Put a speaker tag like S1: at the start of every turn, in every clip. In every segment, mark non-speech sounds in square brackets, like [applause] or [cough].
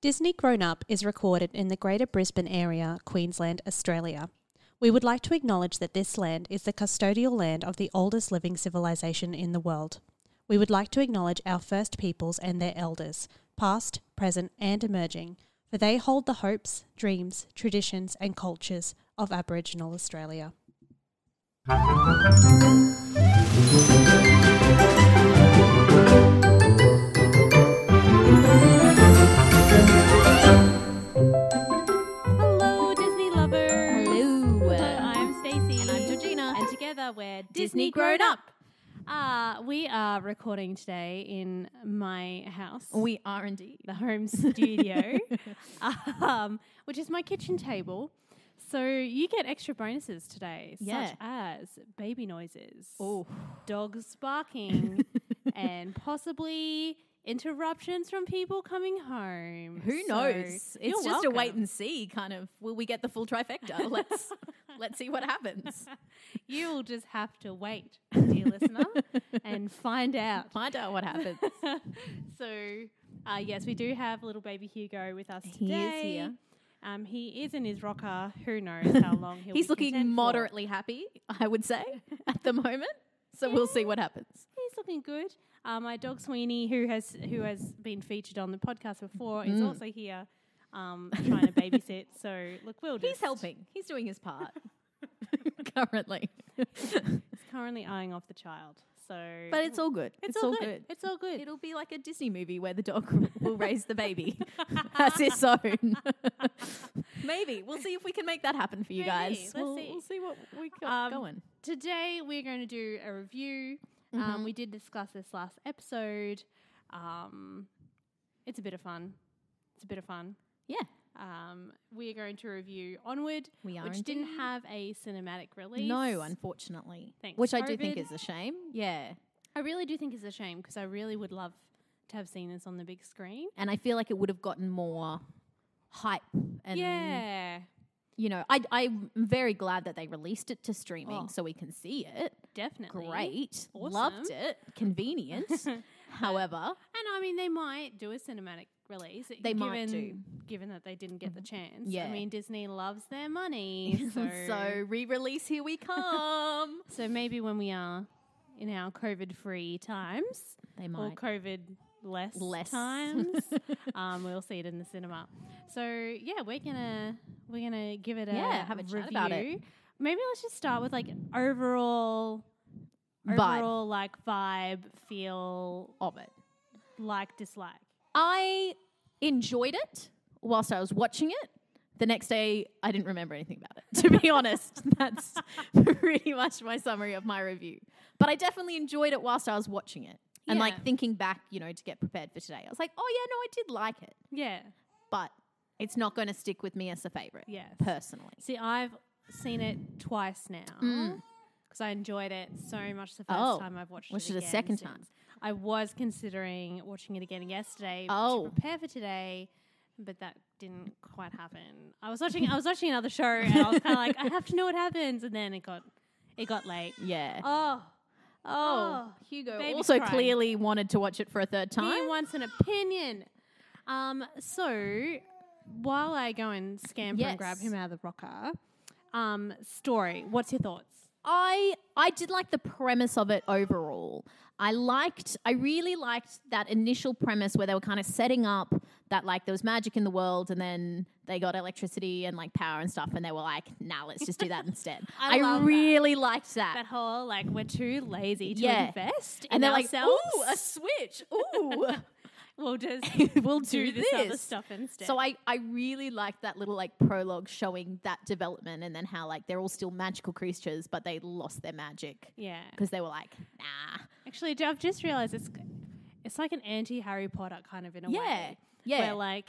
S1: Disney Grown Up is recorded in the Greater Brisbane Area, Queensland, Australia. We would like to acknowledge that this land is the custodial land of the oldest living civilization in the world. We would like to acknowledge our first peoples and their elders, past, present, and emerging, for they hold the hopes, dreams, traditions, and cultures of Aboriginal Australia.
S2: Hello, Disney lovers.
S3: Hello.
S2: I'm Stacey.
S3: And I'm Georgina.
S2: And together we're Disney,
S3: Disney
S2: Grown
S3: Grown
S2: Up. Uh, we are recording today in my house,
S3: [laughs] We are indeed.
S2: the [laughs] home
S3: [laughs]
S2: studio, um, which is my kitchen table. So you get extra bonuses today,
S3: Yeah.
S2: such as baby noises, dogs
S3: [laughs]
S2: barking, and possibly interruptions from people coming home.
S3: Who
S2: So
S3: knows?
S2: you're
S3: It's just a wait
S2: welcome.
S3: and see kind of. Will we get the full [laughs] trifecta? Let's let's see what happens.
S2: You'll just have to
S3: [laughs]
S2: wait, dear listener, and find out.
S3: Find out what [laughs] happens.
S2: so, uh, yes, we do have little baby Hugo with us
S3: He is
S2: today.
S3: here.
S2: Um, he is in his rocker. Who knows
S3: [laughs]
S2: how long he'll
S3: He's
S2: be content
S3: looking
S2: for.
S3: moderately happy, I would [laughs] say, at the moment. So we'll see what happens.
S2: He's looking good. Uh, my dog Sweeney, who has who has been featured on the podcast before,
S3: Mm.
S2: is also here, um, trying to babysit. So look, we'll just
S3: [laughs] He's helping. He's doing his part [laughs] currently.
S2: He's currently eyeing off the child. So,
S3: But it's all good.
S2: it's, all, good. It's all good.
S3: It'll be like a Disney movie where the dog [laughs] will raise the [laughs] baby as its own. Maybe. [laughs] We'll see if we can make that happen for you
S2: Maybe.
S3: guys.
S2: Let's
S3: we'll,
S2: see.
S3: we'll see what we got
S2: Um,
S3: going.
S2: Today we're going to do a review.
S3: Mm-hmm.
S2: Um, we did discuss this last episode. Um, it's a bit of fun. It's a bit of fun.
S3: Yeah.
S2: Um, we are going to review Onward,
S3: We are
S2: which didn't
S3: indeed.
S2: have a cinematic release.
S3: No, unfortunately.
S2: Thanks,
S3: Which I do think
S2: COVID.
S3: is a shame. Yeah.
S2: I really do think it's a shame because I really would love to have seen this on the big screen.
S3: And I feel like it would have gotten more hype and
S2: yeah,
S3: you know, I I'm very glad that they released it to streaming
S2: Oh.
S3: so we can see it.
S2: definitely
S3: Great.
S2: Awesome.
S3: Loved it. Convenient. [laughs] However,
S2: And I mean, they might do a cinematic release. uh,
S3: They
S2: given,
S3: might do. Mm-hmm.
S2: given that they didn't get the chance. I
S3: Yeah.
S2: mean, Disney loves their money, so
S3: [laughs] so re-release here [laughs] we come.
S2: So maybe when we are in our COVID free times
S3: They
S2: or
S3: might.
S2: COVID less,
S3: Less. [laughs]
S2: times, um, we'll see it in the cinema. So yeah, we're gonna we're gonna give it a
S3: Yeah, have a
S2: review.
S3: chat about it.
S2: Maybe let's just start with like overall
S3: Vibe.
S2: overall like vibe, feel
S3: of it.
S2: like dislike.
S3: I enjoyed it whilst I was watching it. The next day, I didn't remember anything about it. [laughs] To be honest, that's pretty much my summary of my review. But I definitely enjoyed it whilst I was watching it. And
S2: Yeah.
S3: like thinking back, you know, to get prepared for today, I was like, oh yeah, no, I did like it.
S2: Yeah.
S3: But it's not going to stick with me as a favorite.
S2: Yes.
S3: Personally.
S2: See, I've seen it twice now because I enjoyed it so much the first
S3: Hmm. Oh,
S2: time I've watched
S3: watched
S2: it.
S3: it a
S2: again
S3: second
S2: since.
S3: time.
S2: I was considering watching it again yesterday
S3: Oh.
S2: to prepare for today, but that didn't quite happen. I was watching. I was watching another show, and I was kind of like, I have to know what happens, and then it got it got late.
S3: Yeah.
S2: Oh,
S3: Oh,
S2: oh,
S3: Hugo
S2: baby's
S3: also
S2: crying.
S3: clearly wanted to watch it for a third
S2: he
S3: time.
S2: wants an opinion. Um, so while I go and scamper and grab
S3: Yes.
S2: him out of the rocker, um, story. What's your thoughts?
S3: I I did like the premise of it overall. I liked I really liked that initial premise where they were kind of setting up that like there was magic in the world and then they got electricity and like power and stuff and they were like, nah, let's just do
S2: [laughs]
S3: that instead.
S2: I
S3: I,
S2: love that.
S3: really liked that.
S2: That whole like we're too lazy to
S3: Yeah.
S2: invest, in
S3: and they're
S2: ourselves.
S3: like, ooh, a switch. [laughs] Ooh.
S2: [laughs] we'll just
S3: we'll
S2: do
S3: do
S2: this, other
S3: this.
S2: stuff instead.
S3: so I, I really liked that little like prologue showing that development and then how like they're all still magical creatures, but they lost their magic
S2: yeah,
S3: because they were like, nah.
S2: actually, I've just realized it's it's like an anti Harry Potter kind of in a
S3: Yeah.
S2: way.
S3: Yeah.
S2: Where like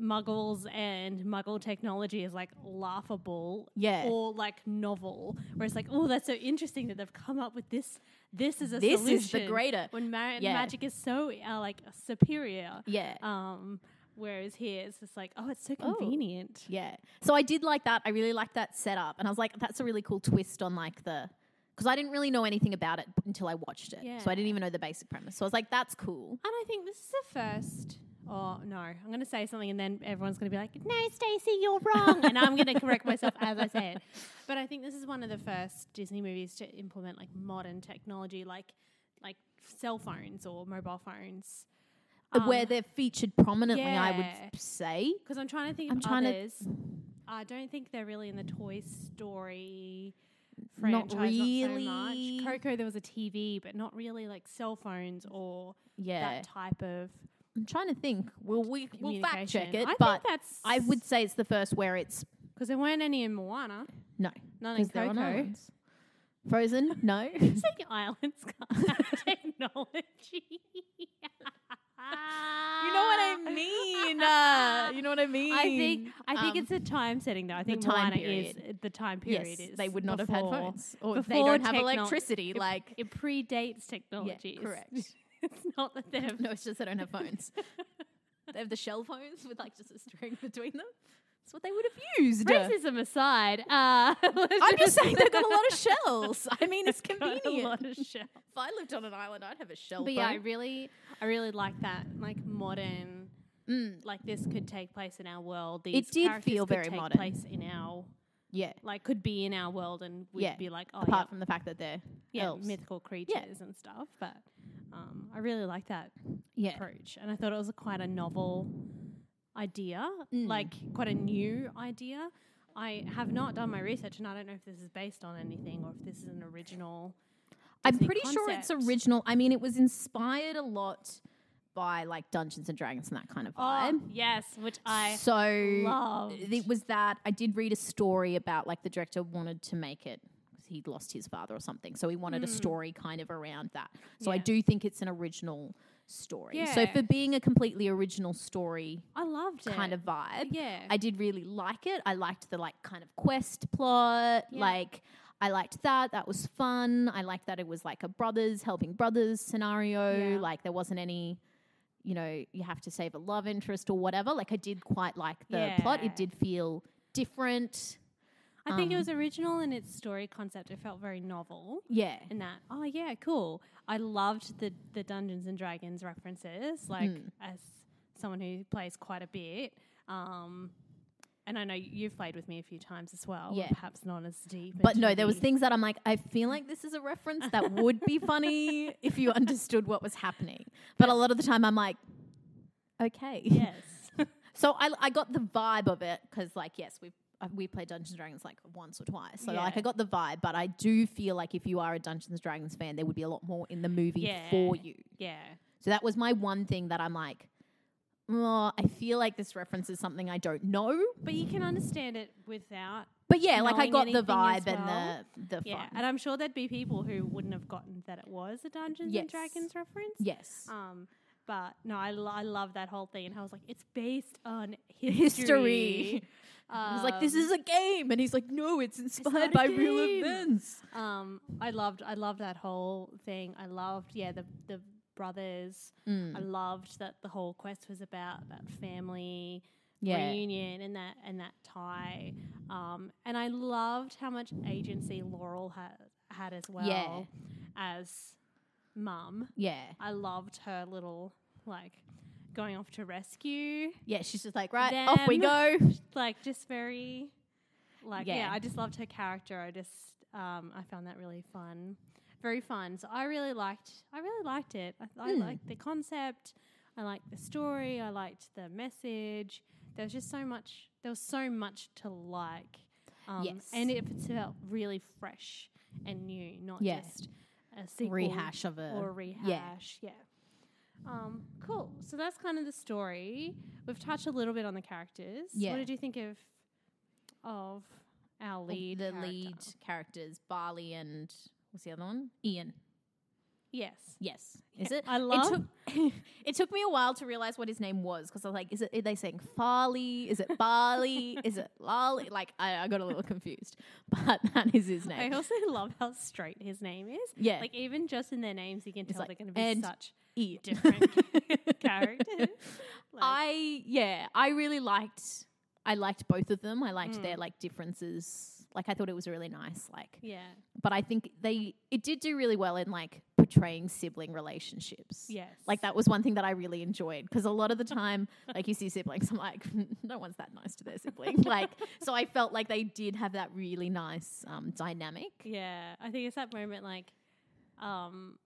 S2: muggles and muggle technology is like laughable
S3: Yeah.
S2: or like novel. Where it's like, oh, that's so interesting that they've come up with this. This is a
S3: This is the
S2: solution.
S3: greater-
S2: When ma-
S3: Yeah.
S2: magic is so uh, like superior.
S3: yeah.
S2: Um, whereas here it's just like, oh, it's so
S3: Oh.
S2: convenient.
S3: Yeah. So I did like that. I really liked that setup. And I was like, that's a really cool twist on like the. Because I didn't really know anything about it until I watched it. So I didn't
S2: Yeah.
S3: even know the basic premise. So I was like, that's cool.
S2: And I think this is the first. Oh no, I'm going to say something, and then everyone's going to be like, "No, Stacey, you're wrong," and I'm going to correct myself as I say it. But I think this is one of the first Disney movies to implement like modern technology, like like cell phones or mobile phones.
S3: Where they're featured prominently, I
S2: Um, yeah.
S3: would say.
S2: Because I'm trying to think
S3: I'm
S2: of
S3: trying to-
S2: others. I don't think they're really in the Toy Story franchise.
S3: Not
S2: Not really.
S3: really.
S2: much. Coco, there was a TV, but not really like cell phones or
S3: Yeah.
S2: that type of.
S3: I'm trying to think. Well, we, we'll fact check
S2: Communication.
S3: it.
S2: I think
S3: but
S2: that's-
S3: I would say it's the first where it's.
S2: Because there weren't any in Moana.
S3: No.
S2: None
S3: 'cause
S2: in
S3: they're on
S2: Coco. [laughs]
S3: islands. Frozen? No.
S2: Pacific Islands got [laughs] technology. you
S3: mean. Uh, you know what I mean.
S2: Ah. I think I think
S3: Um,
S2: it's the time setting though. I think
S3: time
S2: Moana is
S3: period.
S2: the time period
S3: yes,
S2: is
S3: they would not have
S2: before-
S3: had phones, or they
S2: before
S3: don't have
S2: techno-
S3: electricity.
S2: it-
S3: like
S2: it predates technology.
S3: correct.
S2: [laughs] it's not that they have
S3: [laughs] No, it's just they don't have phones. they have the shell phones with like just a string between them. That's what they would have used.
S2: racism aside. Uh, [laughs]
S3: I'm just saying they've got a lot of shells. I mean, it's
S2: got a
S3: convenient.
S2: lot of shit.
S3: If I lived on an island, I'd have a
S2: [laughs]
S3: shell
S2: But
S3: phone.
S2: yeah, I really, I really like that, like modern, like this could take place in our world. These
S3: Mm. did
S2: characters
S3: feel
S2: could
S3: very
S2: take
S3: modern.
S2: Place in our,
S3: yeah.
S2: like, could be in our world, and we'd
S3: Yeah,
S2: be like, oh,
S3: Apart
S2: yeah,
S3: from the fact that they're
S2: yeah,
S3: elves.
S2: mythical creatures and stuff. But um, I really like that
S3: yeah.
S2: approach, and I thought it was a, quite a novel idea,
S3: Mm.
S2: like quite a new idea. I have not done my research, and I don't know if this is based on anything or if this is an original.
S3: I'm
S2: Disney
S3: pretty sure it's
S2: concept.
S3: original. I mean, it was inspired a lot by like Dungeons and Dragons and that kind of vibe.
S2: [gasps] yes, which Oh, I
S3: so it
S2: loved.
S3: was that I did read a story about like the director wanted to make it because he'd lost his father or something, so he wanted a story kind of around that. So I
S2: Hmm. Yeah.
S3: do think it's an original story. So
S2: Yeah.
S3: for being a completely original story
S2: I loved it.
S3: kind of vibe,
S2: Yeah.
S3: I did really like it. I liked the like kind of quest plot,
S2: Yeah.
S3: like. I liked that. That was fun. I liked that it was like a brothers helping brothers scenario.
S2: Yeah.
S3: Like there wasn't any you know, you have to save a love interest or whatever. Like I did quite like the plot.
S2: Yeah.
S3: It did feel different.
S2: I think it
S3: Um,
S2: was original in its story concept. It felt very novel.
S3: Yeah.
S2: And that, oh yeah, cool. I loved the the Dungeons and Dragons references. Like
S3: Hmm.
S2: as someone who plays quite a bit, um, and I know you've played with me a few times as well.
S3: Yeah.
S2: perhaps not as deep.
S3: But
S2: into
S3: no, there was
S2: the-
S3: things that I'm like, I feel like this is a reference that would be
S2: [laughs]
S3: funny if you understood what was happening. But a lot of the time I'm like, okay.
S2: [laughs] yes, [laughs]
S3: So I, I got the vibe of it because like, yes, we've, uh, we played Dungeons and Dragons like once or twice. So like
S2: Yeah.
S3: I got the vibe, but I do feel like if you are a Dungeons and Dragons fan, there would be a lot more in the movie
S2: yeah,
S3: for you.
S2: Yeah,
S3: So that was my one thing that I'm like, oh, I feel like this reference is something I don't know.
S2: but you can understand it without.
S3: But yeah, like I
S2: Knowing
S3: got the
S2: anything as
S3: vibe
S2: well.
S3: and the the
S2: Yeah,
S3: fun.
S2: and I'm sure there'd be people who wouldn't have gotten that it was a Dungeons
S3: Yes.
S2: and Dragons reference.
S3: yes.
S2: Um, but no, I, lo- I love that whole thing. And I was like, it's based on
S3: History.
S2: history.
S3: I was like, this is a game, and he's like, no, it's inspired
S2: Um, not a
S3: by real
S2: game.
S3: events.
S2: Um, I loved, I loved that whole thing. I loved, yeah, the the brothers. I loved that the whole quest was about that family
S3: Yeah.
S2: reunion and that and that tie. Um, and I loved how much agency Laurel had had as well as mum.
S3: Yeah,
S2: I loved her little like going off to rescue.
S3: yeah. She's just like, right, off we go.
S2: Them. [laughs] Like just very like yeah.
S3: Yeah.
S2: I just loved her character. I just um I found that really fun. Very fun. So I really liked I really liked it. I,
S3: Hmm.
S2: I liked the concept. I liked the story. I liked the message. There was just so much there was so much to like. Um,
S3: Yes.
S2: and it felt really fresh and new, not
S3: Yeah.
S2: just a sequel
S3: Rehash of a
S2: or
S3: Yeah,
S2: rehash. Yeah. Um, cool. So that's kind of the story. We've touched a little bit on the characters.
S3: Yeah.
S2: What did you think of of our lead?
S3: the
S2: character?
S3: lead characters, Barley and what's the other one? Ian.
S2: Yes.
S3: Yes. Is it?
S2: I love-
S3: It took, [laughs] it took me a while to realize what his name was because I was like, is it? Are they saying Farley? Is it Barley? is it Lolly? Like I, I got a little confused, [laughs] but that is his
S2: I
S3: name.
S2: also [laughs] love how straight his name is.
S3: Yeah.
S2: Like even just in their names, you can tell
S3: like,
S2: they're going to be
S3: and
S2: such
S3: E.
S2: different
S3: [laughs]
S2: characters. [laughs] Like,
S3: I yeah, I really liked. I liked both of them. I liked
S2: Hmm.
S3: their like differences. Like I thought it was really nice. Like,
S2: yeah.
S3: but I think they it did do really well in like portraying sibling relationships.
S2: Yes.
S3: Like that was one thing that I really enjoyed because a lot of the time, like you see siblings, I'm like, [laughs] no one's that nice to
S2: [laughs]
S3: their sibling. like, so I felt like they did have that really nice um, dynamic.
S2: Yeah. I think it's that moment like, um,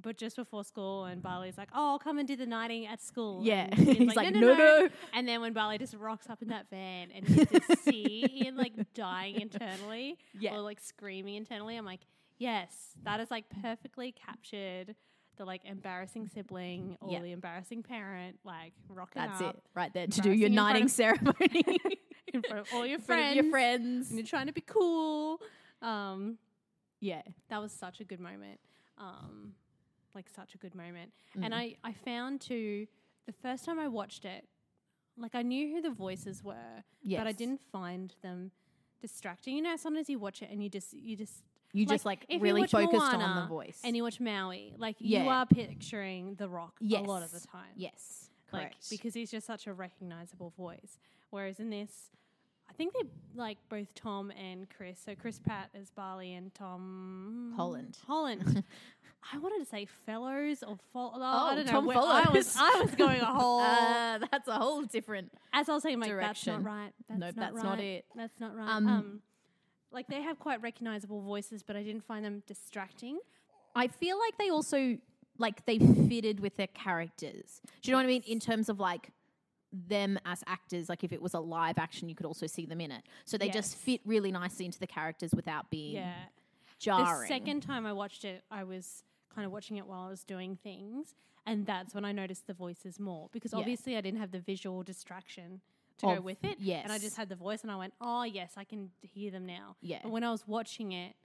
S2: but just before school, and Barley's like, "Oh, I'll come and do the nighting at school."
S3: Yeah.
S2: and Ian's
S3: [laughs] He's like, "No, no."
S2: And then when Barley just rocks up in that van, and you
S3: [laughs]
S2: just see Ian like dying internally,
S3: Yeah.
S2: or like screaming internally, I'm like, "Yes, that is like perfectly captured." The like embarrassing sibling or
S3: Yeah.
S2: the embarrassing parent, like rocking
S3: That's
S2: up
S3: it, right there to do your
S2: Embarrassing in front
S3: nighting
S2: of-
S3: [laughs] ceremony
S2: in front of all [laughs] your
S3: [laughs] in front of
S2: friends,
S3: your friends.
S2: and you're trying to be cool. Um,
S3: Yeah,
S2: that was such a good moment um like such a good moment
S3: Mm.
S2: and i i found too the first time i watched it like i knew who the voices were but i
S3: Yes.
S2: didn't find them distracting you know sometimes you watch it and you just you just
S3: you just like
S2: if you
S3: really
S2: watch
S3: focused on
S2: Moana
S3: the voice.
S2: and you watch maui like you
S3: Yeah.
S2: are picturing the rock
S3: Yes.
S2: a lot of the time
S3: yes,
S2: like
S3: correct.
S2: because he's just such a recognizable voice whereas in this i think they like both tom and chris so chris pat is barley and tom
S3: Holland. [laughs]
S2: holland i wanted to say fellows or fol- i
S3: Oh,
S2: don't know
S3: Tom
S2: where- i was
S3: Follows.
S2: i was going
S3: [laughs]
S2: a whole
S3: uh, that's a whole different.
S2: as i was saying like that's
S3: direction.
S2: not right that's
S3: Nope,
S2: not
S3: that's not
S2: right.
S3: it.
S2: that's not right um,
S3: Um,
S2: like they have quite recognizable voices but i didn't find them distracting
S3: I feel like they also like they fitted with their characters. Do you know what I mean? In terms of like them as actors, like if it was a live action, you could also see them in it. So they just
S2: Yes.
S3: fit really nicely into the characters without being
S2: yeah
S3: jarring.
S2: The second time I watched it, I was kind of watching it while I was doing things, and that's when I noticed the voices more because
S3: Yeah.
S2: obviously I didn't have the visual distraction to go
S3: Of-
S2: with it. and I
S3: yes.
S2: just had the voice, and I went, "Oh yes, I can hear them now."
S3: Yeah.
S2: But when I was watching it,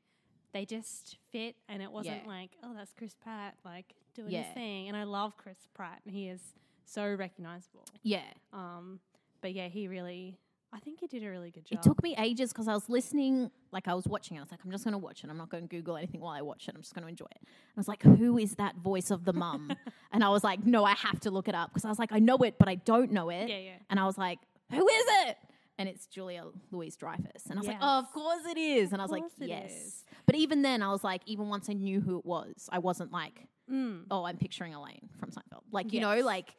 S2: they just fit, and it wasn't
S3: Yeah.
S2: like, "Oh, that's Chris Pratt like doing his
S3: Yeah.
S2: thing." And I love Chris Pratt, and he is so recognizable.
S3: yeah.
S2: Um, but yeah, he really. I think he did a really good job.
S3: It took me ages because I was listening, like I was watching. I was like, I'm just going to watch it. I'm not going to Google anything while I watch it. I'm just going to enjoy it. I was like, who is that voice of
S2: [laughs]
S3: the mum? and I was like, no, I have to look it up because I was like, I know it, but I don't know it.
S2: Yeah, yeah.
S3: And I was like, who is it? And it's Julia Louise Dreyfus. And I was like, oh, of course it is. and I was like,
S2: course it
S3: yes.
S2: is.
S3: But even then, I was like, even once I knew who it was, I wasn't like, oh, I'm picturing Elaine from Seinfeld. Like, you know,
S2: Mm. Yes.
S3: like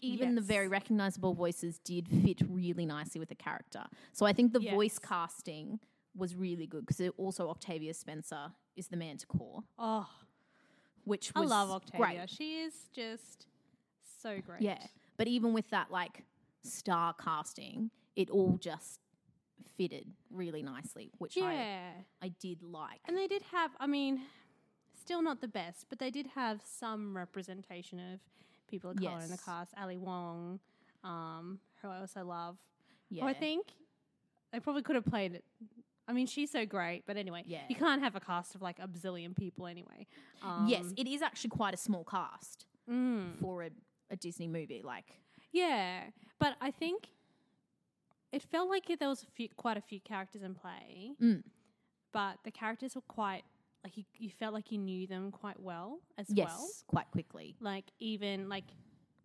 S3: even the
S2: Yes.
S3: very recognizable voices did fit really nicely with the character. So I think the
S2: Yes.
S3: voice casting was really good because also Octavia Spencer is the manticore,
S2: Oh,
S3: which
S2: I
S3: was
S2: love Octavia.
S3: great.
S2: She is just so great.
S3: Yeah, but even with that like star casting, it all just fitted really nicely, which
S2: Yeah.
S3: I I did like.
S2: And they did have, I mean, still not the best, but they did have some representation of people of color in the
S3: Yes.
S2: cast. Ali Wong, um, who I also love.
S3: yeah,
S2: Who I think they probably could have played it. I mean, she's so great, but anyway,
S3: Yeah.
S2: you can't have a cast of like a bazillion people anyway. Um,
S3: yes, it is actually quite a small cast
S2: mm.
S3: for a, a Disney movie. Like,
S2: Yeah, but I think it felt like there was a few, quite a few characters in play,
S3: Mm.
S2: but the characters were quite like you, you felt like you knew them quite well as
S3: yes,
S2: well.
S3: quite quickly.
S2: Like even like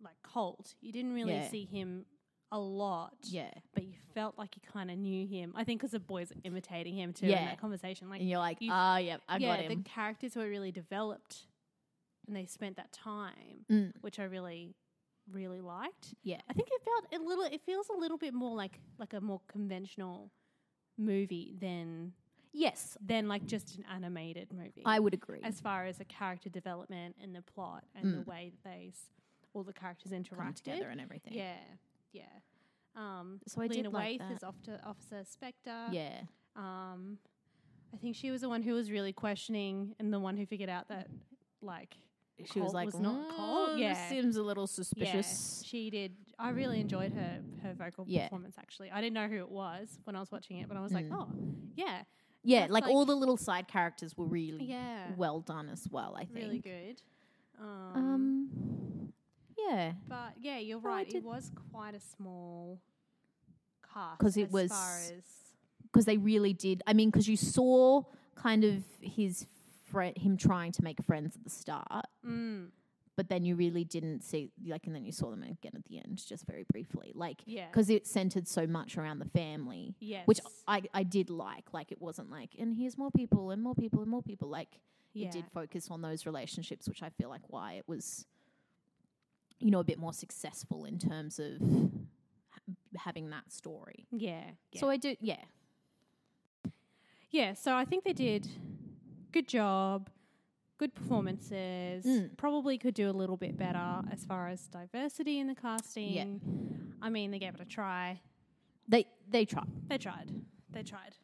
S2: like Colt, you didn't really
S3: Yeah.
S2: see him a lot.
S3: Yeah.
S2: But you felt like you kind of knew him. I think because the boys are imitating him too in
S3: Yeah.
S2: that conversation. Like
S3: And you're like,
S2: you-
S3: ah, yeah, I
S2: yeah,
S3: got him.
S2: the characters were really developed, and they spent that time,
S3: Mm.
S2: which I really, really liked.
S3: Yeah.
S2: I think it felt a little. It feels a little bit more like like a more conventional movie than
S3: Yes,
S2: than like just an animated movie.
S3: I would agree.
S2: as far as the character development and the plot and
S3: Mm.
S2: the way that they s- all the characters
S3: Come
S2: interact
S3: together and everything.
S2: Yeah, yeah. Um,
S3: So I
S2: Lena
S3: did like
S2: Waithe
S3: that.
S2: is Officer, Officer Spectre.
S3: Yeah.
S2: Um, I think she was the one who was really questioning and the one who figured out that like
S3: She was
S2: Colt
S3: like,
S2: was not Colt.
S3: "Mm,
S2: Yeah.
S3: This seems a little
S2: yeah,
S3: suspicious.
S2: she did. I really enjoyed her her vocal
S3: Yeah. Mm.
S2: performance. Actually, I didn't know who it was when I was watching it, but I was like, oh yeah,
S3: Yeah,
S2: That's
S3: like,
S2: like-
S3: all the little side characters were really
S2: Yeah.
S3: well done as well, I think.
S2: really good. Um,
S3: Um, yeah,
S2: but yeah, you're
S3: I
S2: right. It
S3: did-
S2: was quite a small cast
S3: 'Cause it
S2: as
S3: was-
S2: far as
S3: because they really did. I mean, because you saw kind of his friend, him trying to make friends at the start,
S2: Mm,
S3: but then you really didn't see like, and then you saw them again at the end, just very briefly, like [laughs]
S2: yeah,
S3: because it centered so much around the family,
S2: yes,
S3: which I I did like. Like it wasn't like, and here's more people and more people and more people. Like
S2: yeah.
S3: it did focus on those relationships, which I feel like why it was, you know, a bit more successful in terms of ha- having that story.
S2: yeah, yeah.
S3: So I do, yeah.
S2: Yeah, so I think they did good job, good performances.
S3: Mm.
S2: Probably could do a little bit better as far as diversity in the casting. I mean, they gave it a try.
S3: They they try.
S2: They tried. They tried.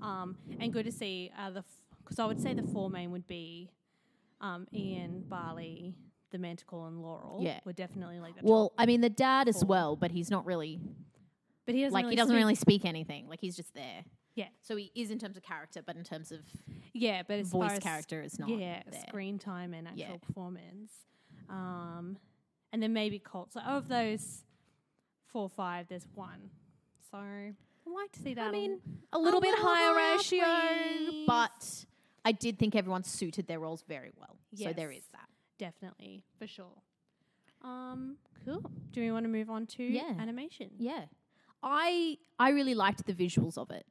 S2: Um, and good to see uh, the because I would say the four main would be um, Ian Barley, the Manticore, and Laurel.
S3: Yeah.
S2: were definitely like the top.
S3: Well, I mean the dad as
S2: Four.
S3: well, but he's not really
S2: but he doesn't
S3: like
S2: really
S3: he doesn't
S2: speak-
S3: really speak anything. Like he's just there.
S2: Yeah.
S3: So he is in terms of character, but in terms of
S2: yeah, but as far as
S3: voice character is not.
S2: yeah
S3: there.
S2: screen time and actual
S3: Yeah.
S2: performance um and then maybe Colt. So of those four or five there's one so i'd like to see that
S3: I
S2: a
S3: mean,
S2: l-
S3: a little
S2: a
S3: bit
S2: little
S3: higher
S2: higher,
S3: ratio,
S2: please.
S3: but I did think everyone suited their roles very well. So there
S2: Yes.
S3: is that.
S2: definitely for sure um cool do we want to move on to
S3: Yeah.
S2: animation
S3: Yeah. I I really liked the visuals of it.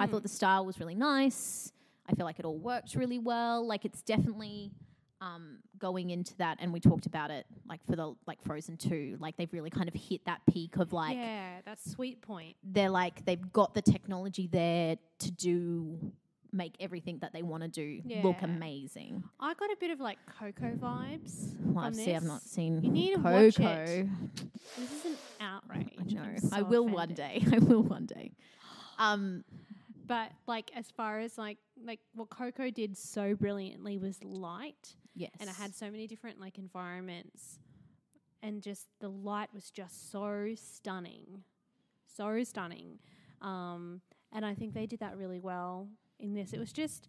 S3: I thought the
S2: Mm.
S3: style was really nice. I feel like it all worked really well. Like it's definitely um, going into that, and we talked about it like for the like Frozen Two. Like they've really kind of hit that peak of like
S2: yeah that's sweet point
S3: they're like they've got the technology there to do make everything that they want to do look
S2: Yeah.
S3: amazing.
S2: i got a bit of like coco vibes
S3: Well,
S2: from
S3: I've seen, I've
S2: this.
S3: not seen
S2: You need to
S3: Coco.
S2: watch it. this is an outrage
S3: I know.
S2: I'm
S3: I
S2: so
S3: will one
S2: offended. [laughs]
S3: day. I will one [gasps] day. Um,
S2: But like as far as like like what Coco did so brilliantly was light,
S3: yes.
S2: and it had so many different like environments, and just the light was just so stunning, so stunning. Um, and I think they did that really well in this. It was just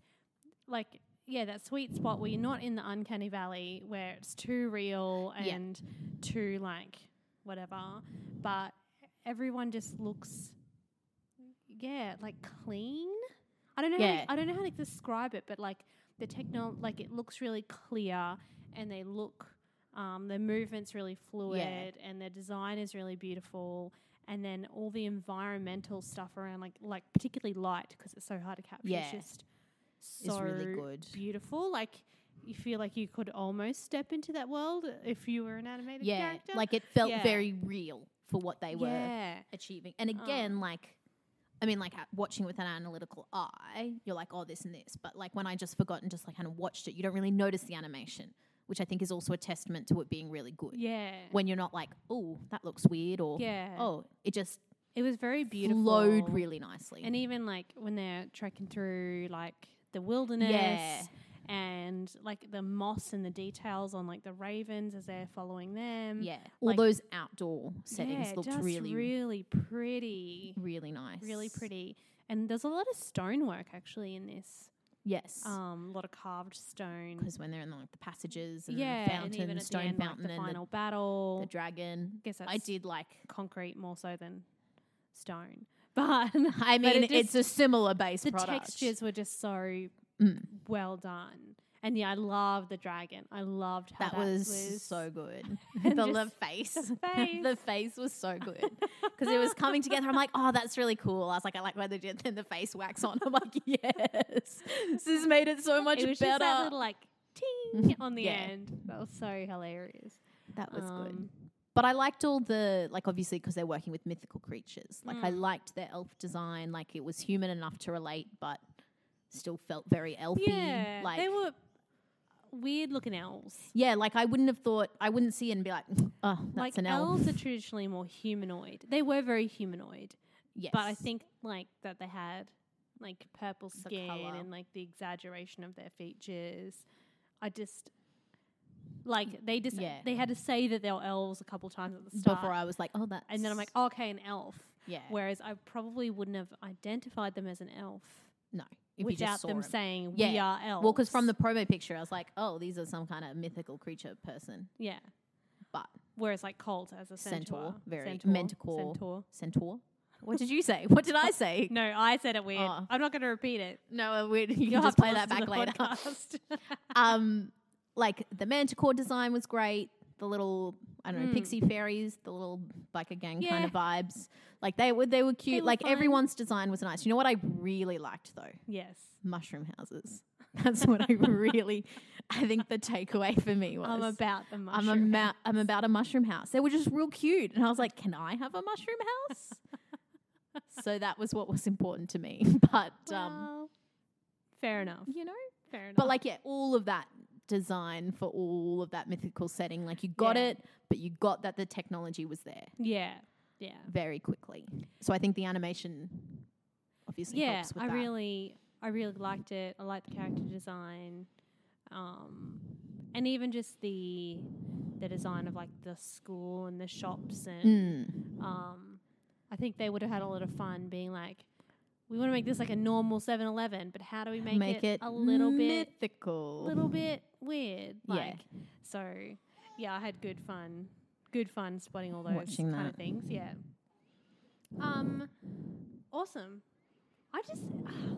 S2: like yeah, that sweet spot where you're not in the uncanny valley where it's too real
S3: Yeah.
S2: and too like whatever, but everyone just looks yeah like clean. I don't know. How
S3: Yeah.
S2: to, I don't know how to describe it, but like the techno, like it looks really clear, and they look, um, their movements really fluid, and their design is really beautiful. And then all the environmental stuff around, like like particularly light, because it's so hard to capture.
S3: Yeah.
S2: It's just so
S3: It's really good.
S2: beautiful. Like you feel like you could almost step into that world if you were an animated
S3: yeah,
S2: character.
S3: like it felt
S2: Yeah.
S3: very real for what they were
S2: yeah, Um.
S3: achieving. And again, like, I mean, like uh, watching with an analytical eye, you're like, oh, this and this. But like when I just forgot and just like kind of watched it, you don't really notice the animation, which I think is also a testament to it being really good.
S2: yeah,
S3: When you're not like, oh, that looks weird, or
S2: yeah.
S3: oh, it just
S2: it was very beautiful.
S3: flowed really nicely.
S2: And even like when they're trekking through like the wilderness
S3: Yeah.
S2: and like the moss and the details on like the ravens as they're following them.
S3: yeah, all
S2: like-
S3: those outdoor settings
S2: Yeah,
S3: looked
S2: just
S3: really,
S2: really pretty.
S3: really nice.
S2: Really pretty. And there's a lot of stonework actually in this.
S3: Yes.
S2: Um, a lot of carved stone.
S3: because when they're in like the passages and
S2: Yeah,
S3: the fountain,
S2: and even at
S3: stone
S2: the end,
S3: fountain,
S2: like the
S3: and the
S2: final battle.
S3: the dragon.
S2: guess that's
S3: I did
S2: [laughs]
S3: like. [laughs]
S2: concrete more so than stone. [laughs] But
S3: I mean, it's a similar base
S2: the
S3: product.
S2: textures were just so
S3: Mm.
S2: well done. And yeah, I love the dragon. I loved how
S3: That,
S2: that,
S3: was, so good. [laughs]
S2: [laughs]
S3: the
S2: And
S3: little
S2: just
S3: face, [laughs]
S2: the face.
S3: the face was so good because
S2: [laughs]
S3: it was coming together. I'm like, oh, that's really cool. I was like, I like where they did then the face wax on. [laughs] I'm like, yes, [laughs] this has made it so much
S2: it was just
S3: better. Mm-hmm.
S2: that little like ting on the
S3: Yeah.
S2: end. That was so hilarious.
S3: that was good.
S2: Um,
S3: But I liked all the like obviously because they're working with mythical creatures. Like
S2: Hmm.
S3: I liked their elf design. Like it was human enough to relate, but still felt very elfy.
S2: Yeah,
S3: like
S2: they were weird looking elves.
S3: yeah, like I wouldn't have thought. I wouldn't see it and be like, [laughs] oh, that's
S2: like
S3: an elf.
S2: elves are traditionally more humanoid. They were very humanoid,
S3: [laughs] yes,
S2: but I think like that they had like purple
S3: The
S2: skin
S3: colour.
S2: and like the exaggeration of their features. I just like they just
S3: Yeah.
S2: they had to say that they were elves a couple times at the start,
S3: before I was like, oh, that's
S2: and then I'm like, oh, okay, an elf.
S3: yeah,
S2: Whereas I probably wouldn't have identified them as an elf
S3: no, if you
S2: without
S3: just saw
S2: them
S3: 'em.
S2: saying
S3: yeah.
S2: we are elves.
S3: Well, because from the promo picture, I was like, oh, these are some kind of mythical creature person,
S2: yeah,
S3: but
S2: whereas like Colt as a centaur,
S3: centaur, very
S2: centaur,
S3: mentacore,
S2: centaur.
S3: centaur. What did you say? What did
S2: [laughs]
S3: I say?
S2: No, I said it weird.
S3: Oh.
S2: I'm not going to repeat it.
S3: No, uh, we, [laughs]
S2: You'll
S3: you can
S2: have
S3: just
S2: to
S3: play that
S2: listen
S3: back
S2: to
S3: later.
S2: the podcast. [laughs]
S3: um, like the manticore design was great. The little I don't know pixie fairies, the little biker gang kind
S2: Hmm. Yeah.
S3: of vibes. Like they were they were cute.
S2: were
S3: like
S2: fun.
S3: everyone's design was nice. You know what I really liked though?
S2: yes.
S3: Mushroom houses. [laughs] That's what I really. I think the takeaway for me was.
S2: I'm about the
S3: I'm,
S2: mushroom.
S3: a ma- I'm about a mushroom house. They were just real cute. And I was like, can I have a mushroom
S2: [laughs]
S3: house? so that was what was important to me. [laughs] But, um,
S2: Well, fair enough.
S3: you know,
S2: Fair enough.
S3: but like, yeah, all of that design for all of that mythical setting, like you got
S2: Yeah.
S3: it, but you got that the technology was there
S2: yeah, yeah,
S3: very quickly. So I think the animation obviously
S2: yeah.
S3: helps with
S2: I
S3: that.
S2: really, I really liked it. I liked the character design, um, and even just the the design of like the school and the shops and
S3: Mm.
S2: um, I think they would have had a lot of fun being like, we want to make this like a normal 7-Eleven, but how do we make, it, a little bit,
S3: mythical.
S2: little bit weird?
S3: Yeah.
S2: Like, so yeah, I had good fun, good fun spotting all those
S3: Watching
S2: kind of
S3: that.
S2: things. Yeah. Um, awesome. I just.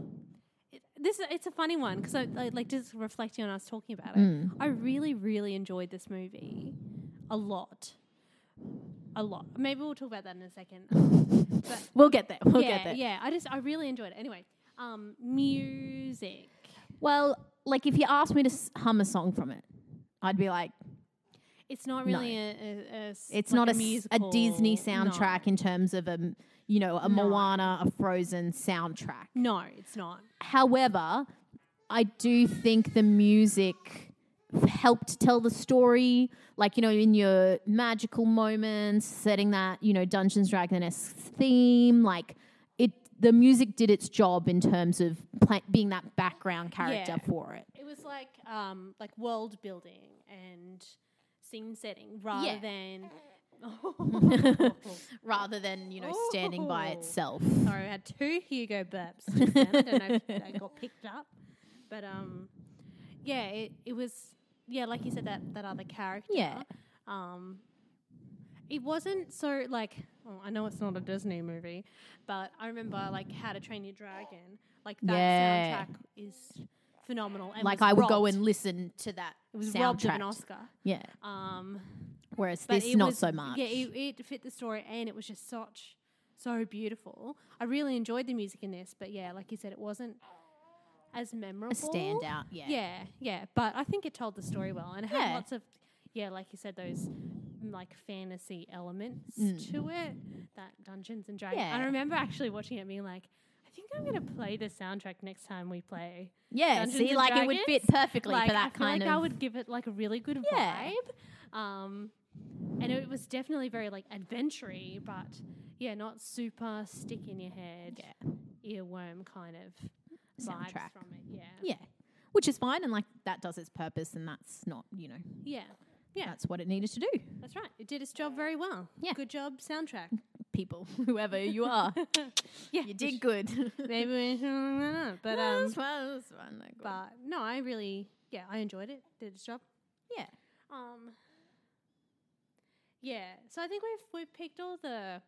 S2: [sighs] it- This it's a funny one because I like, like just reflecting on us talking about it.
S3: Mm.
S2: I really, really enjoyed this movie a lot. A lot. Maybe we'll talk about that in a second. But
S3: We'll get there. [laughs] We'll
S2: yeah,
S3: get there.
S2: yeah. I just I really enjoyed it. Anyway, um, music.
S3: Well, like if you asked me to s- hum a song from it, I'd be like,
S2: It's not really a, a- a s-
S3: it's
S2: like
S3: not
S2: a,
S3: a, s- a
S2: musical.
S3: Disney soundtrack in terms of a, m- you know, a
S2: No.
S3: Moana, a Frozen soundtrack.
S2: No, no it's not.
S3: However, I do think the music f- helped tell the story. Like, you know, in your magical moments, setting that, you know, Dungeons Dragon esque theme, like it, the music did its job in terms of pla being that background character
S2: Yeah.
S3: for it.
S2: It was like um like world building and scene setting rather
S3: Yeah.
S2: [laughs] than.
S3: rather than you know standing by
S2: Oh.
S3: itself.
S2: Sorry, I had two Hugo burps. Just then. I don't know [laughs] if they got picked up, but um, yeah, it, it was yeah, like you said that that other character.
S3: Yeah.
S2: Um, it wasn't so like oh, I know it's not a Disney movie, but I remember like How to Train Your Dragon. Like that
S3: Yeah.
S2: soundtrack is phenomenal. And
S3: Like
S2: was
S3: I would go
S2: robbed-
S3: and listen to that
S2: it was robbed of
S3: soundtrack.
S2: an Oscar.
S3: Yeah,
S2: Um,
S3: whereas
S2: but
S3: this
S2: it
S3: not
S2: was-
S3: so much.
S2: Yeah, it, it fit the story, and it was just such so beautiful. I really enjoyed the music in this, but yeah, like you said, it wasn't as memorable.
S3: a standout. Yeah,
S2: Yeah, yeah, but I think it told the story well, and it had
S3: Yeah.
S2: lots of yeah, like you said, those mm, like fantasy elements to it. That Dungeons and Dragons. I
S3: Mm. Yeah.
S2: remember actually watching it, and being like. I think I'm gonna play the soundtrack next time we play.
S3: Yeah,
S2: Dungeons
S3: see,
S2: and
S3: like it would fit
S2: Dragons?
S3: perfectly
S2: Like
S3: for that
S2: I feel
S3: kind
S2: like
S3: of.
S2: I would give it like a really good
S3: Yeah.
S2: vibe. Um, and it was definitely very like adventury, but yeah, not super stick in your head,
S3: yeah,
S2: earworm kind of vibes
S3: Soundtrack.
S2: from it. Yeah,
S3: yeah, which is fine, and like that does its purpose, and that's not you know
S2: yeah, yeah.
S3: that's what it needed to do.
S2: That's right. It did its job very well.
S3: Yeah.
S2: Good job, soundtrack.
S3: People, [laughs] whoever you are,
S2: [laughs] Yeah.
S3: you did good.
S2: [laughs] Maybe we should-
S3: [laughs]
S2: but um,
S3: That's fine, that's fine, they're good.
S2: but no, I really yeah, I enjoyed it. Did its job.
S3: yeah,
S2: Um. Yeah. So I think we've we've picked all the,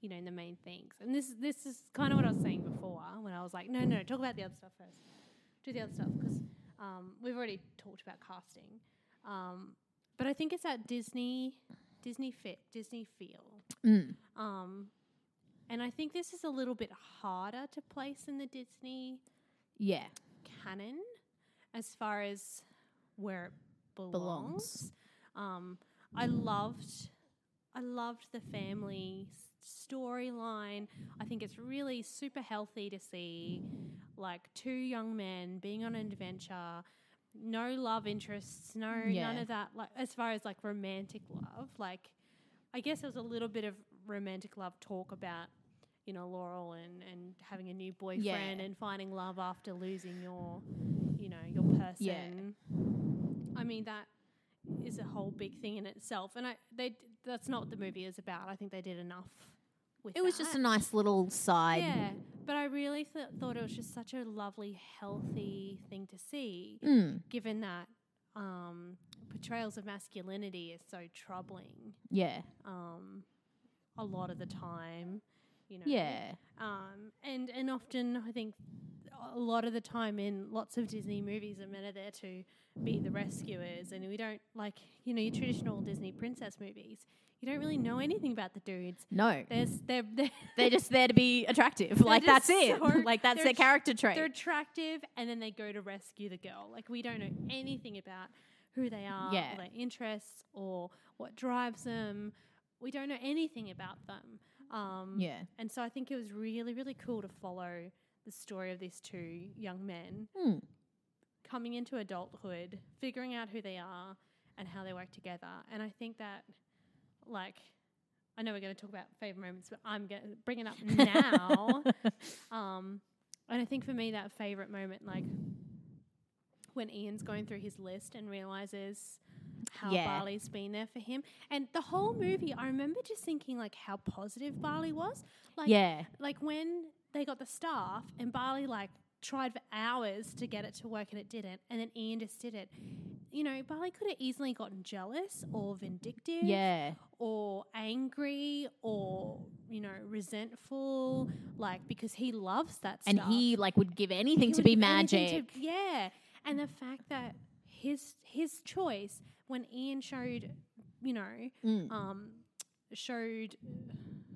S2: you know, the main things, and this this is kind of what I was saying before when I was like, no, no, talk about the other stuff first. Do the other stuff because um, we've already talked about casting, um, but I think it's that Disney Disney fit Disney feel.
S3: Mm.
S2: Um, and I think this is a little bit harder to place in the Disney
S3: yeah,
S2: canon as far as where it belongs.
S3: Belongs.
S2: Um, I loved, I loved the family s- storyline. I think it's really super healthy to see, like two young men being on an adventure. No love interests, no none
S3: Yeah.
S2: of that. Like as far as like romantic love, like I guess there was a little bit of romantic love talk about, you know, Laurel and, and having a new boyfriend and finding love after losing your, you know, your person. I mean, that is a whole big thing in itself. And I, they, d- that's not what the movie is about. I think they did enough with
S3: It was
S2: that.
S3: just a nice little side.
S2: Yeah, but I really th- thought it was just such a lovely, healthy thing to see,
S3: Mm,
S2: given that um, portrayals of masculinity is so troubling
S3: yeah.
S2: um, a lot of the time. You know,
S3: Yeah.
S2: um, and and often I think a lot of the time in lots of Disney movies, the men are there to be the rescuers, and we don't like you know your traditional Disney princess movies. You don't really know anything about the dudes.
S3: No.
S2: There's they're, [laughs] they're
S3: They're just there to be attractive. like
S2: just
S3: that's it.
S2: so-
S3: [laughs] like that's
S2: they're
S3: their
S2: j-
S3: character trait.
S2: they're attractive, and then they go to rescue the girl. Like we don't know anything about who they are,
S3: Yeah.
S2: or their interests, or what drives them. We don't know anything about them. Um,
S3: yeah.
S2: and so I think it was really, really cool to follow the story of these two young men
S3: Hmm.
S2: coming into adulthood, figuring out who they are and how they work together. And I think that, like, I know we're going to talk about favorite moments, but I'm going to bring
S3: [laughs]
S2: it up now. um, and I think for me, that favorite moment, like, when Ian's going through his list and realizes how
S3: Yeah.
S2: Barley's been there for him. And the whole movie, I remember just thinking, like, how positive Barley was. Like,
S3: yeah.
S2: like when they got the staff and Barley like tried for hours to get it to work and it didn't, and then Ian just did it. You know, Barley could have easily gotten jealous or vindictive,
S3: Yeah.
S2: or angry or you know resentful, like because he loves that
S3: And
S2: stuff.
S3: he like would give anything
S2: He
S3: to
S2: would
S3: be
S2: give anything
S3: magic.
S2: to- yeah, and the fact that his his choice when Ian showed, you know,
S3: Mm.
S2: um, showed,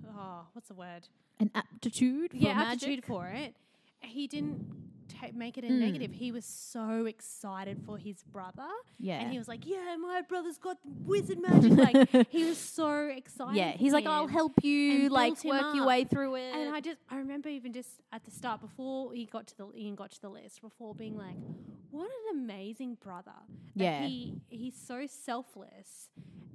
S2: oh, what's the word?
S3: An aptitude for
S2: yeah,
S3: magic.
S2: aptitude for it. He didn't ta make it a
S3: Mm.
S2: negative. He was so excited for his brother,
S3: yeah.
S2: and he was like, "Yeah, my brother's got wizard magic!" like he was so excited.
S3: [laughs] yeah,
S2: for
S3: he's like, I'll
S2: him.
S3: help you,
S2: and
S3: like
S2: built him
S3: work your
S2: up.
S3: way through it.
S2: And I just, I remember even just at the start before he got to the Ian got to the list before being like, "What an amazing brother!" That
S3: Yeah.
S2: he he's so selfless,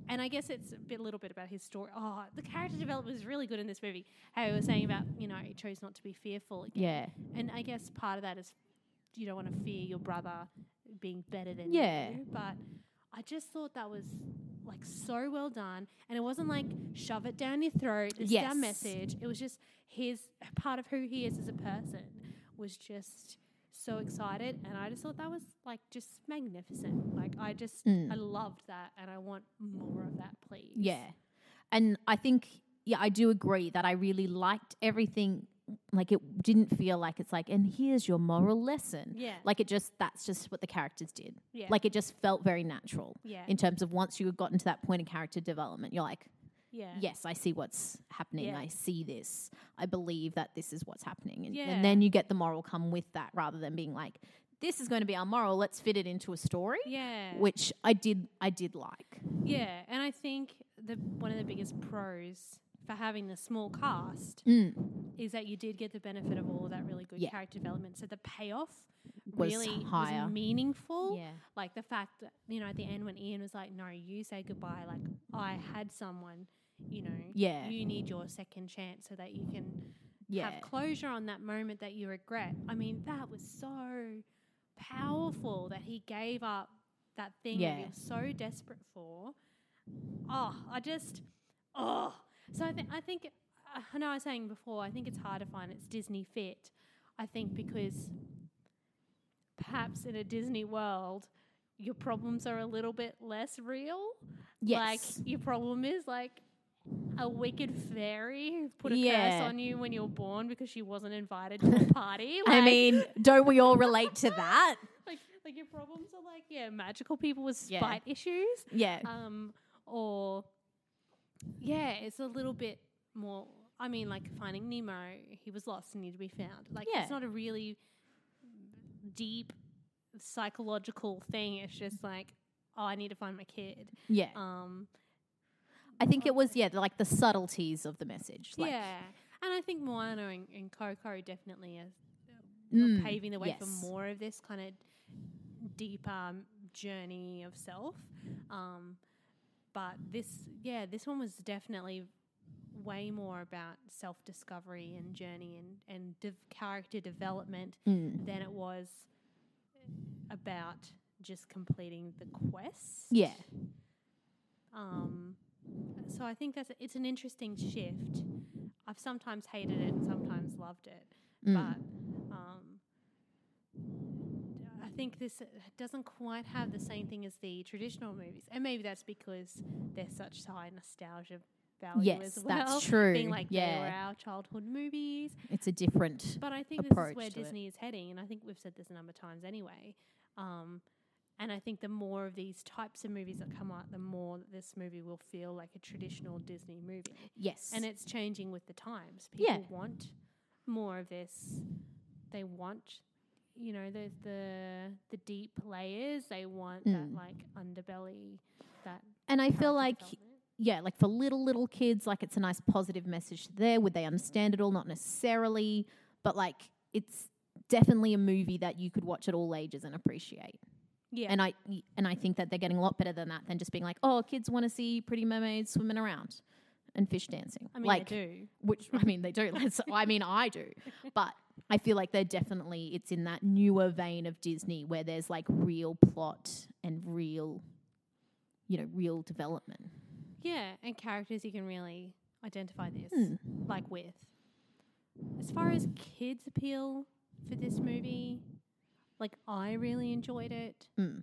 S2: and I guess it's a bit, little bit about his story. Oh, the character development is really good in this movie. How he was saying about you know he chose not to be fearful. Again.
S3: yeah,
S2: And I guess part of that is you don't want to fear your brother being better than
S3: Yeah.
S2: you. But I just thought that was like so well done. And it wasn't like shove it down your throat, it's
S3: Yes.
S2: our message. It was just his part of who he is as a person was just so excited and I just thought that was like just magnificent. Like I just
S3: Mm.
S2: I loved that and I want more of that please.
S3: yeah. And I think, yeah, I do agree that I really liked everything. Like it didn't feel like it's like, and here's your moral lesson.
S2: Yeah.
S3: Like it just that's just what the characters did.
S2: Yeah.
S3: Like it just felt very natural.
S2: Yeah.
S3: In terms of once you had gotten to that point of character development, you're like,
S2: Yeah.
S3: yes, I see what's happening.
S2: Yeah.
S3: I see this. I believe that this is what's happening. And,
S2: Yeah.
S3: and then you get the moral come with that rather than being like, this is going to be our moral. Let's fit it into a story,
S2: Yeah.
S3: which I did. I did like.
S2: Yeah, and I think the one of the biggest pros for having the small cast
S3: Mm,
S2: is that you did get the benefit of all that really good
S3: Yeah.
S2: character development. So the payoff
S3: Was
S2: really
S3: higher.
S2: was meaningful.
S3: Yeah.
S2: Like the fact that you know at the end when Ian was like, "No, you say goodbye." Like I had someone, you know.
S3: Yeah.
S2: You need your second chance so that you can
S3: yeah.
S2: have closure on that moment that you regret. I mean, that was so powerful that he gave up that thing that he
S3: Yeah.
S2: was so desperate for. Oh, I just, oh. So I, think I think, I know I was saying before, I think it's hard to find its Disney fit. I think because perhaps in a Disney world, your problems are a little bit less real.
S3: yes.
S2: Like your problem is like a wicked fairy who put a
S3: Yeah.
S2: curse on you when you were born because she wasn't invited to
S3: [laughs]
S2: a party. Like, [laughs]
S3: I mean, don't we all relate to that?
S2: like, like your problems are like yeah, magical people with
S3: Yeah.
S2: spite
S3: [laughs]
S2: issues.
S3: Yeah.
S2: Um, or yeah, it's a little bit more. I mean, like Finding Nemo, he was lost and needed to be found. Like
S3: Yeah.
S2: it's not a really deep psychological thing. It's just like oh, I need to find my kid.
S3: yeah.
S2: Um,
S3: I think it was yeah, the- like the subtleties of the message. Like,
S2: yeah, and I think Moana and, and Coco definitely are are
S3: Mm,
S2: paving the way for
S3: yes.
S2: more of this kind of deeper um, journey of self. Um, but this, yeah, this one was definitely way more about self discovery and journey and and de- character development
S3: Mm.
S2: than it was about just completing the quest.
S3: Yeah.
S2: Um, so I think that's it's an interesting shift. I I've sometimes hated it and sometimes loved it,
S3: Hmm.
S2: but um, I think this uh, doesn't quite have the same thing as the traditional movies, and maybe that's because they're such high nostalgia value
S3: Yes,
S2: as well. [laughs]
S3: that's true.
S2: Being like they were
S3: Yeah.
S2: our childhood movies,
S3: It's a different.
S2: but I think this is
S3: approach
S2: where
S3: to it.
S2: Disney is heading, and I think we've said this a number of times anyway. Um, and I think the more of these types of movies that come out, the more that this movie will feel like a traditional Disney movie.
S3: Yes.
S2: And it's changing with the times. People
S3: Yeah.
S2: want more of this. They want, you know, the the the deep layers. They want that like underbelly. That
S3: And Mm. I feel
S2: character
S3: like,
S2: development.
S3: yeah, like for little, little kids, like it's a nice positive message there. Would they understand it all? Not necessarily, but like it's definitely a movie that you could watch at all ages and appreciate.
S2: yeah,
S3: And I and I think that they're getting a lot better than that than just being like, oh, kids want to see pretty mermaids swimming around and fish dancing.
S2: I mean
S3: like,
S2: they do.
S3: Which I mean, they do. [laughs] Let's, I mean, I
S2: [laughs]
S3: do. But I feel like they're definitely it's in that newer vein of Disney where there's like real plot and real, you know, real development.
S2: Yeah, and characters you can really identify this
S3: Hmm.
S2: like with. As far as kids appeal for this movie, like I really enjoyed it.
S3: Mm.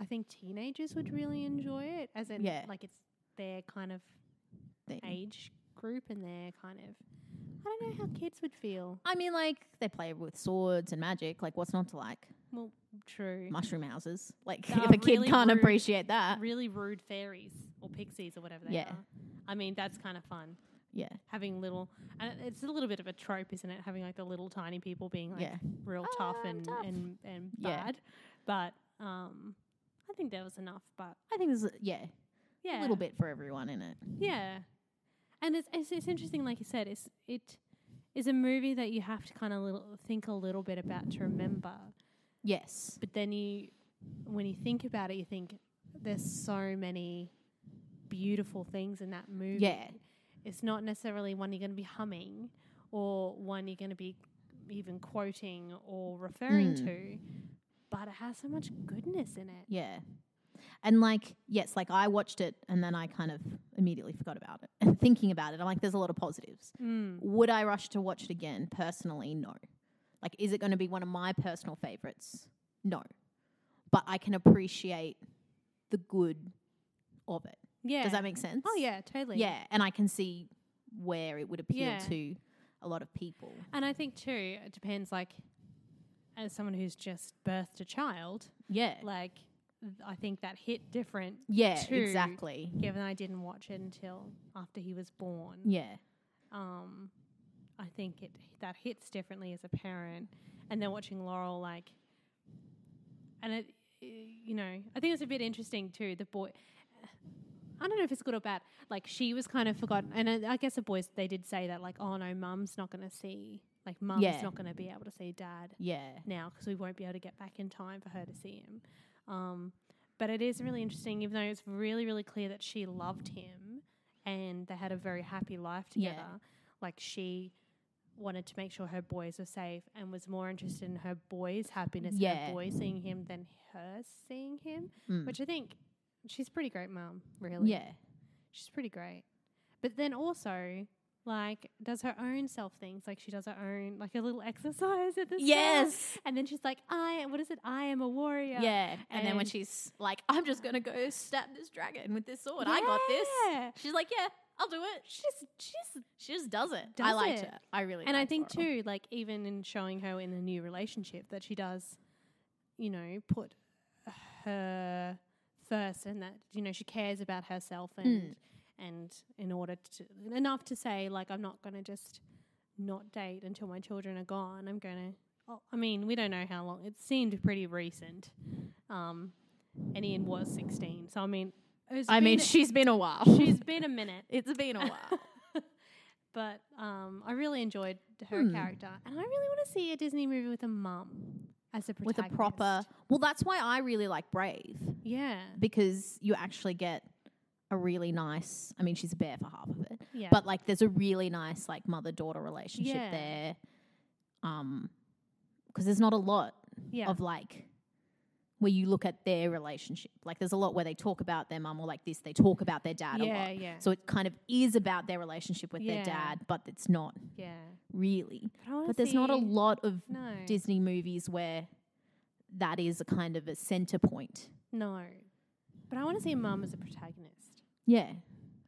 S2: I think teenagers would really enjoy it as in
S3: Yeah.
S2: like it's their kind of
S3: Thing.
S2: age group and their kind of I don't know how kids would feel.
S3: I mean, like they play with swords and magic. Like, what's not to like?
S2: Well, true.
S3: Mushroom houses. Like,
S2: They
S3: [laughs] if
S2: are
S3: a kid
S2: really
S3: can't
S2: rude.
S3: appreciate that,
S2: Really rude fairies or pixies or whatever they
S3: Uh, Yeah.
S2: are. I mean, that's kind of fun.
S3: yeah,
S2: having little and it's a little bit of a trope isn't it having like the little tiny people being like
S3: Yeah.
S2: real
S3: Oh,
S2: tough
S3: I'm
S2: and,
S3: tough.
S2: and and
S3: Yeah.
S2: bad but um i think that was enough but
S3: I think there's yeah,
S2: yeah
S3: a little bit for everyone in it.
S2: yeah and it's, it's it's interesting like you said it's it is a movie that you have to kind of little think a little bit about to remember
S3: Yes,
S2: but then you when you think about it you think there's so many beautiful things in that movie
S3: Yeah.
S2: it's not necessarily one you're going to be humming or one you're going to be even quoting or referring
S3: Hmm.
S2: to but it has so much goodness in it
S3: yeah, and like yes, like I watched it and then I kind of immediately forgot about it. And thinking about it, I'm like, there's a lot of positives. Would I rush to watch it again? Personally, no. Like, is it going to be one of my personal favorites? No, but I can appreciate the good of it.
S2: yeah
S3: Does that make sense?
S2: oh yeah totally
S3: Yeah, and I can see where it would appeal
S2: Yeah.
S3: to a lot of people.
S2: and i think too it depends like as someone who's just birthed a child
S3: Yeah.
S2: like th- i think that hit different
S3: yeah,
S2: too,
S3: exactly.
S2: given i didn't watch it until after he was born
S3: Yeah.
S2: um, I think it that hits differently as a parent, and then watching Laurel like, and it, you know, I think it's a bit interesting too. The boy, I don't know if it's good or bad. Like she was kind of forgotten, and I, I guess the boys they did say that like, oh no, mum's not going to see, like mum's
S3: Yeah.
S2: not going to be able to see dad
S3: Yeah.
S2: now because we won't be able to get back in time for her to see him. Um, but it is really interesting, even though it's really, really clear that she loved him and they had a very happy life
S3: Yeah.
S2: together. Like she wanted to make sure her boys were safe and was more interested in her boys' happiness, and
S3: Yeah. Hmm.
S2: her boy seeing him than her seeing him, which I think she's a pretty great mum, really.
S3: mm. Yeah.
S2: She's pretty great. But then also, like, does her own self things. Like, she does her own, like, a little [laughs] exercise at the start.
S3: Yes.
S2: [laughs] And then she's like, I, what is it? I am a warrior.
S3: Yeah. And, then when
S2: And-
S3: she's like, I'm just going to go stab this dragon with this sword. I got
S2: Yeah.
S3: this. She's like, yeah, I'll do it. She just, she just, she just does it. I
S2: does
S3: liked
S2: it.
S3: her. I really
S2: And I
S3: liked
S2: think,
S3: Laurel.
S2: too, like, even in showing her in the new relationship, that she does, you know, put her first and that, you know, she cares about herself and,
S3: Hmm.
S2: and in order to, enough to say, like, I'm not going to just not date until my children are gone. I'm going to, oh, I mean, we don't know how long. It seemed pretty recent. Um, and Ian was 16. So, I mean, it's
S3: I mean,
S2: been-
S3: she's been a while.
S2: she's been a minute
S3: it's been a
S2: [laughs]
S3: while.
S2: but um, I really enjoyed her
S3: Hmm.
S2: character, and I really want to see a Disney movie with a mum as a
S3: With a
S2: protagonist.
S3: proper, well, that's why I really like Brave.
S2: yeah,
S3: because you actually get a really nice I mean she's a bear for half of it.
S2: Yeah.
S3: But like there's a really nice like mother daughter relationship
S2: Yeah.
S3: there. Um because there's not a lot
S2: yeah,
S3: of like where you look at their relationship. Like there's a lot where they talk about their mum or like this, they talk about their dad a
S2: Yeah,
S3: lot.
S2: yeah.
S3: So it kind of is about their relationship with
S2: Yeah.
S3: their dad, but it's not
S2: Yeah.
S3: really.
S2: But, I wanna
S3: But there's not a
S2: see-
S3: lot of
S2: No.
S3: Disney movies where that is a kind of a center point.
S2: No. But I want to see a mum as a protagonist.
S3: Yeah.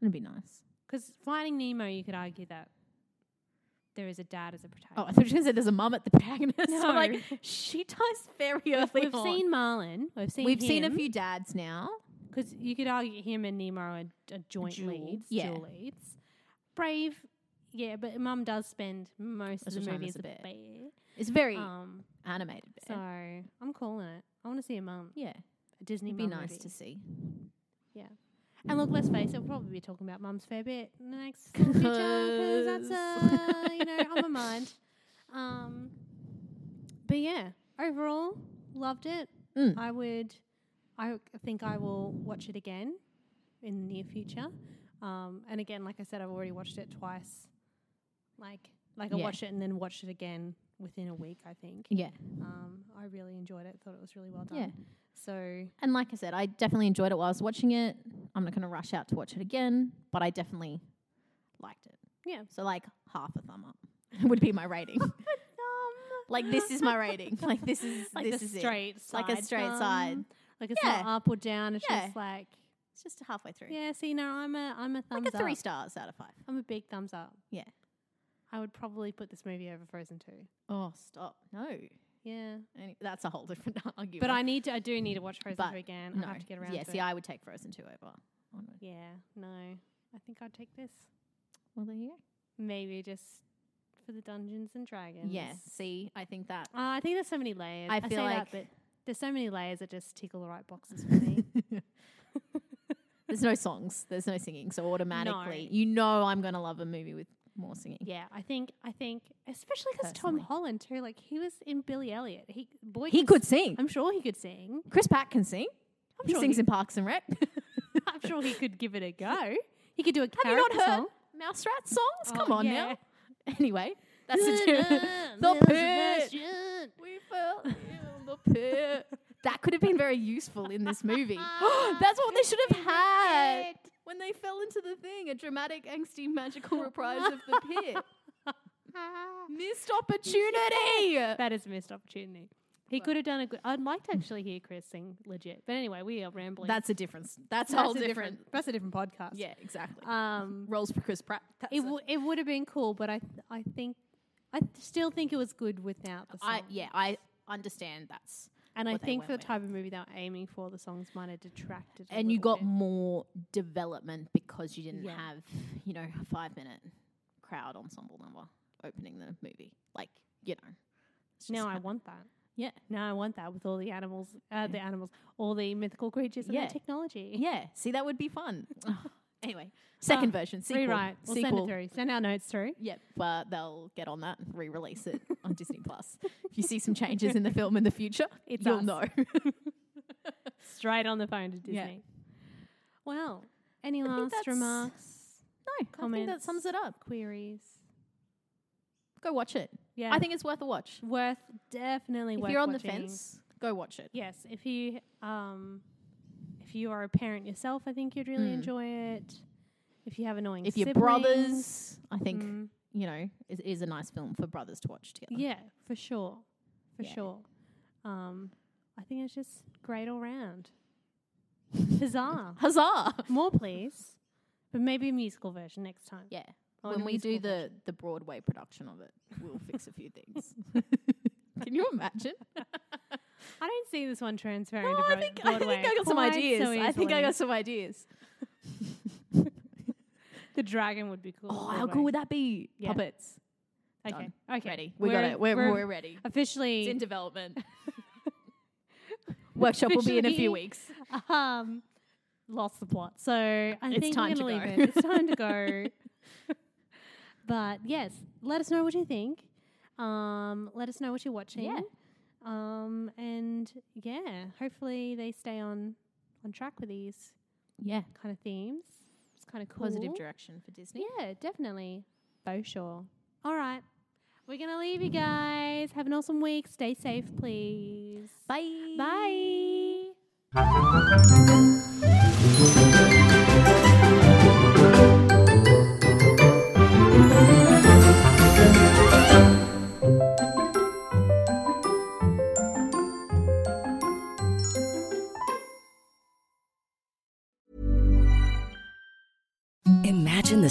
S3: It'd be nice.
S2: Because Finding Nemo, you could argue that there is a dad as a
S3: Oh, I
S2: protagonist.
S3: thought you were going to say there's a mum at the protagonist. [laughs]
S2: No.
S3: I'm like, she dies very early
S2: We've
S3: on.
S2: seen Marlon. We've seen
S3: We've seen a few dads now.
S2: Because you could argue him and Nemo are, are joint
S3: Dual,
S2: leads.
S3: yeah.
S2: Dual leads. Brave, yeah, but mum does spend most of
S3: Most of
S2: the
S3: the time
S2: movie
S3: as
S2: as
S3: a
S2: a
S3: bear.
S2: bear.
S3: It's very
S2: Um,
S3: animated.
S2: so
S3: Bear.
S2: I'm calling it. I want to see a mum.
S3: yeah,
S2: A Disney
S3: it'd be
S2: mum
S3: nice
S2: movie.
S3: to see.
S2: And look, let's face it, we'll probably be talking about mums fair bit in the next little future because that's uh, you know on my mind. Um, but yeah, overall, loved it.
S3: Mm. [laughs]
S2: I would, I think I will watch it again in the near future. Um, and again, like I said, I've already watched it twice. Like, like I
S3: Yeah.
S2: watched it and then watched it again within a week. I think.
S3: Yeah,
S2: Um, I really enjoyed it. Thought it was really well done.
S3: yeah.
S2: So
S3: And like I said, I definitely enjoyed it while I was watching it. I'm not going to rush out to watch it again, but I definitely liked it.
S2: Yeah.
S3: So like half a thumb up [laughs] would be my
S2: [laughs]
S3: rating. like this is my rating. Like [laughs] this is
S2: like
S3: this
S2: the
S3: is it.
S2: straight side.
S3: Like a straight side.
S2: thumb. Like it's
S3: Yeah.
S2: not up or down. It's
S3: Yeah.
S2: just like
S3: It's just halfway through.
S2: yeah. See, no, I'm a I'm a thumbs
S3: like a three
S2: up.
S3: stars out of five.
S2: I'm a big thumbs up.
S3: Yeah.
S2: I would probably put this movie over Frozen two.
S3: Oh, stop! No,
S2: Yeah,
S3: Any- that's a whole different [laughs] argument.
S2: but I need to. I do need to watch Frozen
S3: But
S2: two again.
S3: no.
S2: I have to get around
S3: yeah,
S2: to
S3: see,
S2: it.
S3: I would take Frozen two over. Onward.
S2: yeah, no, I think I'd take this.
S3: Well, there you go.
S2: Maybe just for the Dungeons and Dragons.
S3: Yeah, see, I think that.
S2: Uh, I think there's so many layers.
S3: I
S2: say
S3: feel
S2: that,
S3: like-
S2: but there's so many layers that just tickle the right boxes
S3: [laughs]
S2: for me. [laughs]
S3: There's no songs, there's no singing. So automatically,
S2: No.
S3: you know I'm going to love a movie with more singing.
S2: Yeah, I think I think especially because Tom
S3: Personally.
S2: Holland too, like he was in Billy Elliot. He boy,
S3: He
S2: can
S3: could
S2: s-
S3: sing.
S2: I'm sure he could
S3: [laughs]
S2: sing.
S3: Chris Pratt can sing. he
S2: sure
S3: sings
S2: he-
S3: in Parks and Rec. [laughs]
S2: I'm sure he could give it a go. He could do a
S3: Have you
S2: character
S3: not heard
S2: song.
S3: Mouse Rat songs? Come
S2: Oh,
S3: on
S2: yeah.
S3: now. [laughs] Anyway,
S2: [laughs]
S3: that's a tune. the pit. We [laughs] fell in the pit. That could have been very useful in this [laughs] movie. [gasps] that's what they should have had when they fell into the thing—a dramatic, angsty, [laughs] magical reprise of the [laughs] pit. Missed opportunity.
S2: That is a missed opportunity. He could have done a good. I'd like to actually hear Chris sing legit, but anyway, we are rambling.
S3: That's a difference. That's,
S2: That's
S3: a whole
S2: a
S3: different.
S2: That's a different podcast.
S3: Yeah, exactly.
S2: Um. [laughs]
S3: Roles for Chris Pratt. That's
S2: It
S3: a-
S2: w- it would have been cool, but I th- I think I th- still think it was good without the song.
S3: I yeah, I understand that's.
S2: and I
S3: what they
S2: think for the
S3: went with.
S2: type of movie they were aiming for, the songs might have detracted. a
S3: And you
S2: little
S3: got
S2: bit.
S3: more development because you didn't
S2: Yeah.
S3: have, you know, a five minute crowd ensemble number opening the movie. Like, you know. it's just
S2: Now I
S3: kind-
S2: want that.
S3: Yeah.
S2: Now I want that with all the animals, uh, the animals, all the mythical creatures and
S3: Yeah.
S2: the technology.
S3: Yeah. See, that would
S2: [laughs]
S3: be fun. [laughs] anyway, second version. Sequel,
S2: Uh, Rewrite. We'll
S3: sequel.
S2: send it through. Send our notes through.
S3: Yep, but they'll get on that and re-release it on Disney Plus. If you see some changes in the film in the future,
S2: [laughs] It's
S3: you'll
S2: us.
S3: know. [laughs]
S2: Straight on the phone to Disney.
S3: Yeah.
S2: Well, any
S3: think
S2: last
S3: that's-
S2: remarks,
S3: no, I think that
S2: Comments.
S3: sums it up.
S2: queries?
S3: Go watch it.
S2: Yeah.
S3: I think it's worth a watch.
S2: worth definitely
S3: If
S2: worth
S3: you're on the
S2: watching.
S3: fence, go watch it.
S2: Yes, if you um if you are a parent yourself, I think you'd really
S3: Mm.
S2: enjoy it. If you have annoying
S3: If your
S2: siblings,
S3: brothers, I think
S2: mm,
S3: you know, is, is a nice film for brothers to watch together.
S2: Yeah, for sure. For
S3: Yeah.
S2: sure. Um, I think it's just great all round.
S3: [laughs]
S2: Huzzah.
S3: [laughs] Huzzah!
S2: More, please. But maybe a musical version next time.
S3: Yeah.
S2: I want
S3: when
S2: a
S3: we do
S2: musical
S3: the, the Broadway production of it, we'll fix a few [laughs] things. Can you imagine?
S2: I don't see this one transferring
S3: Oh,
S2: to
S3: I
S2: Bro-
S3: think, I
S2: Broadway.
S3: think I got some
S2: quite
S3: ideas.
S2: so
S3: I think I
S2: easily.
S3: got some ideas.
S2: The dragon would be cool.
S3: Oh, how cool would that be?
S2: Yeah.
S3: Puppets.
S2: that Okay. Okay.
S3: Ready. We got it. We're, we're, ready.
S2: officially
S3: It's in [laughs] development. Workshop will be in a few
S2: Officially-
S3: weeks.
S2: um, lost the plot. So I think
S3: time
S2: we're going
S3: to
S2: to leave
S3: go.
S2: it. It's time to
S3: [laughs]
S2: go. but yes, let us know what you think. Um, let us know what you're watching.
S3: Yeah.
S2: Um, and yeah, hopefully they stay on on track with these
S3: Yeah.
S2: kind of themes. It's kind of cool.
S3: Positive direction for Disney.
S2: Yeah, definitely. For sure. All right. We're going to leave you guys. Have an awesome week. Stay safe, please.
S3: Bye.
S2: Bye.
S4: Imagine the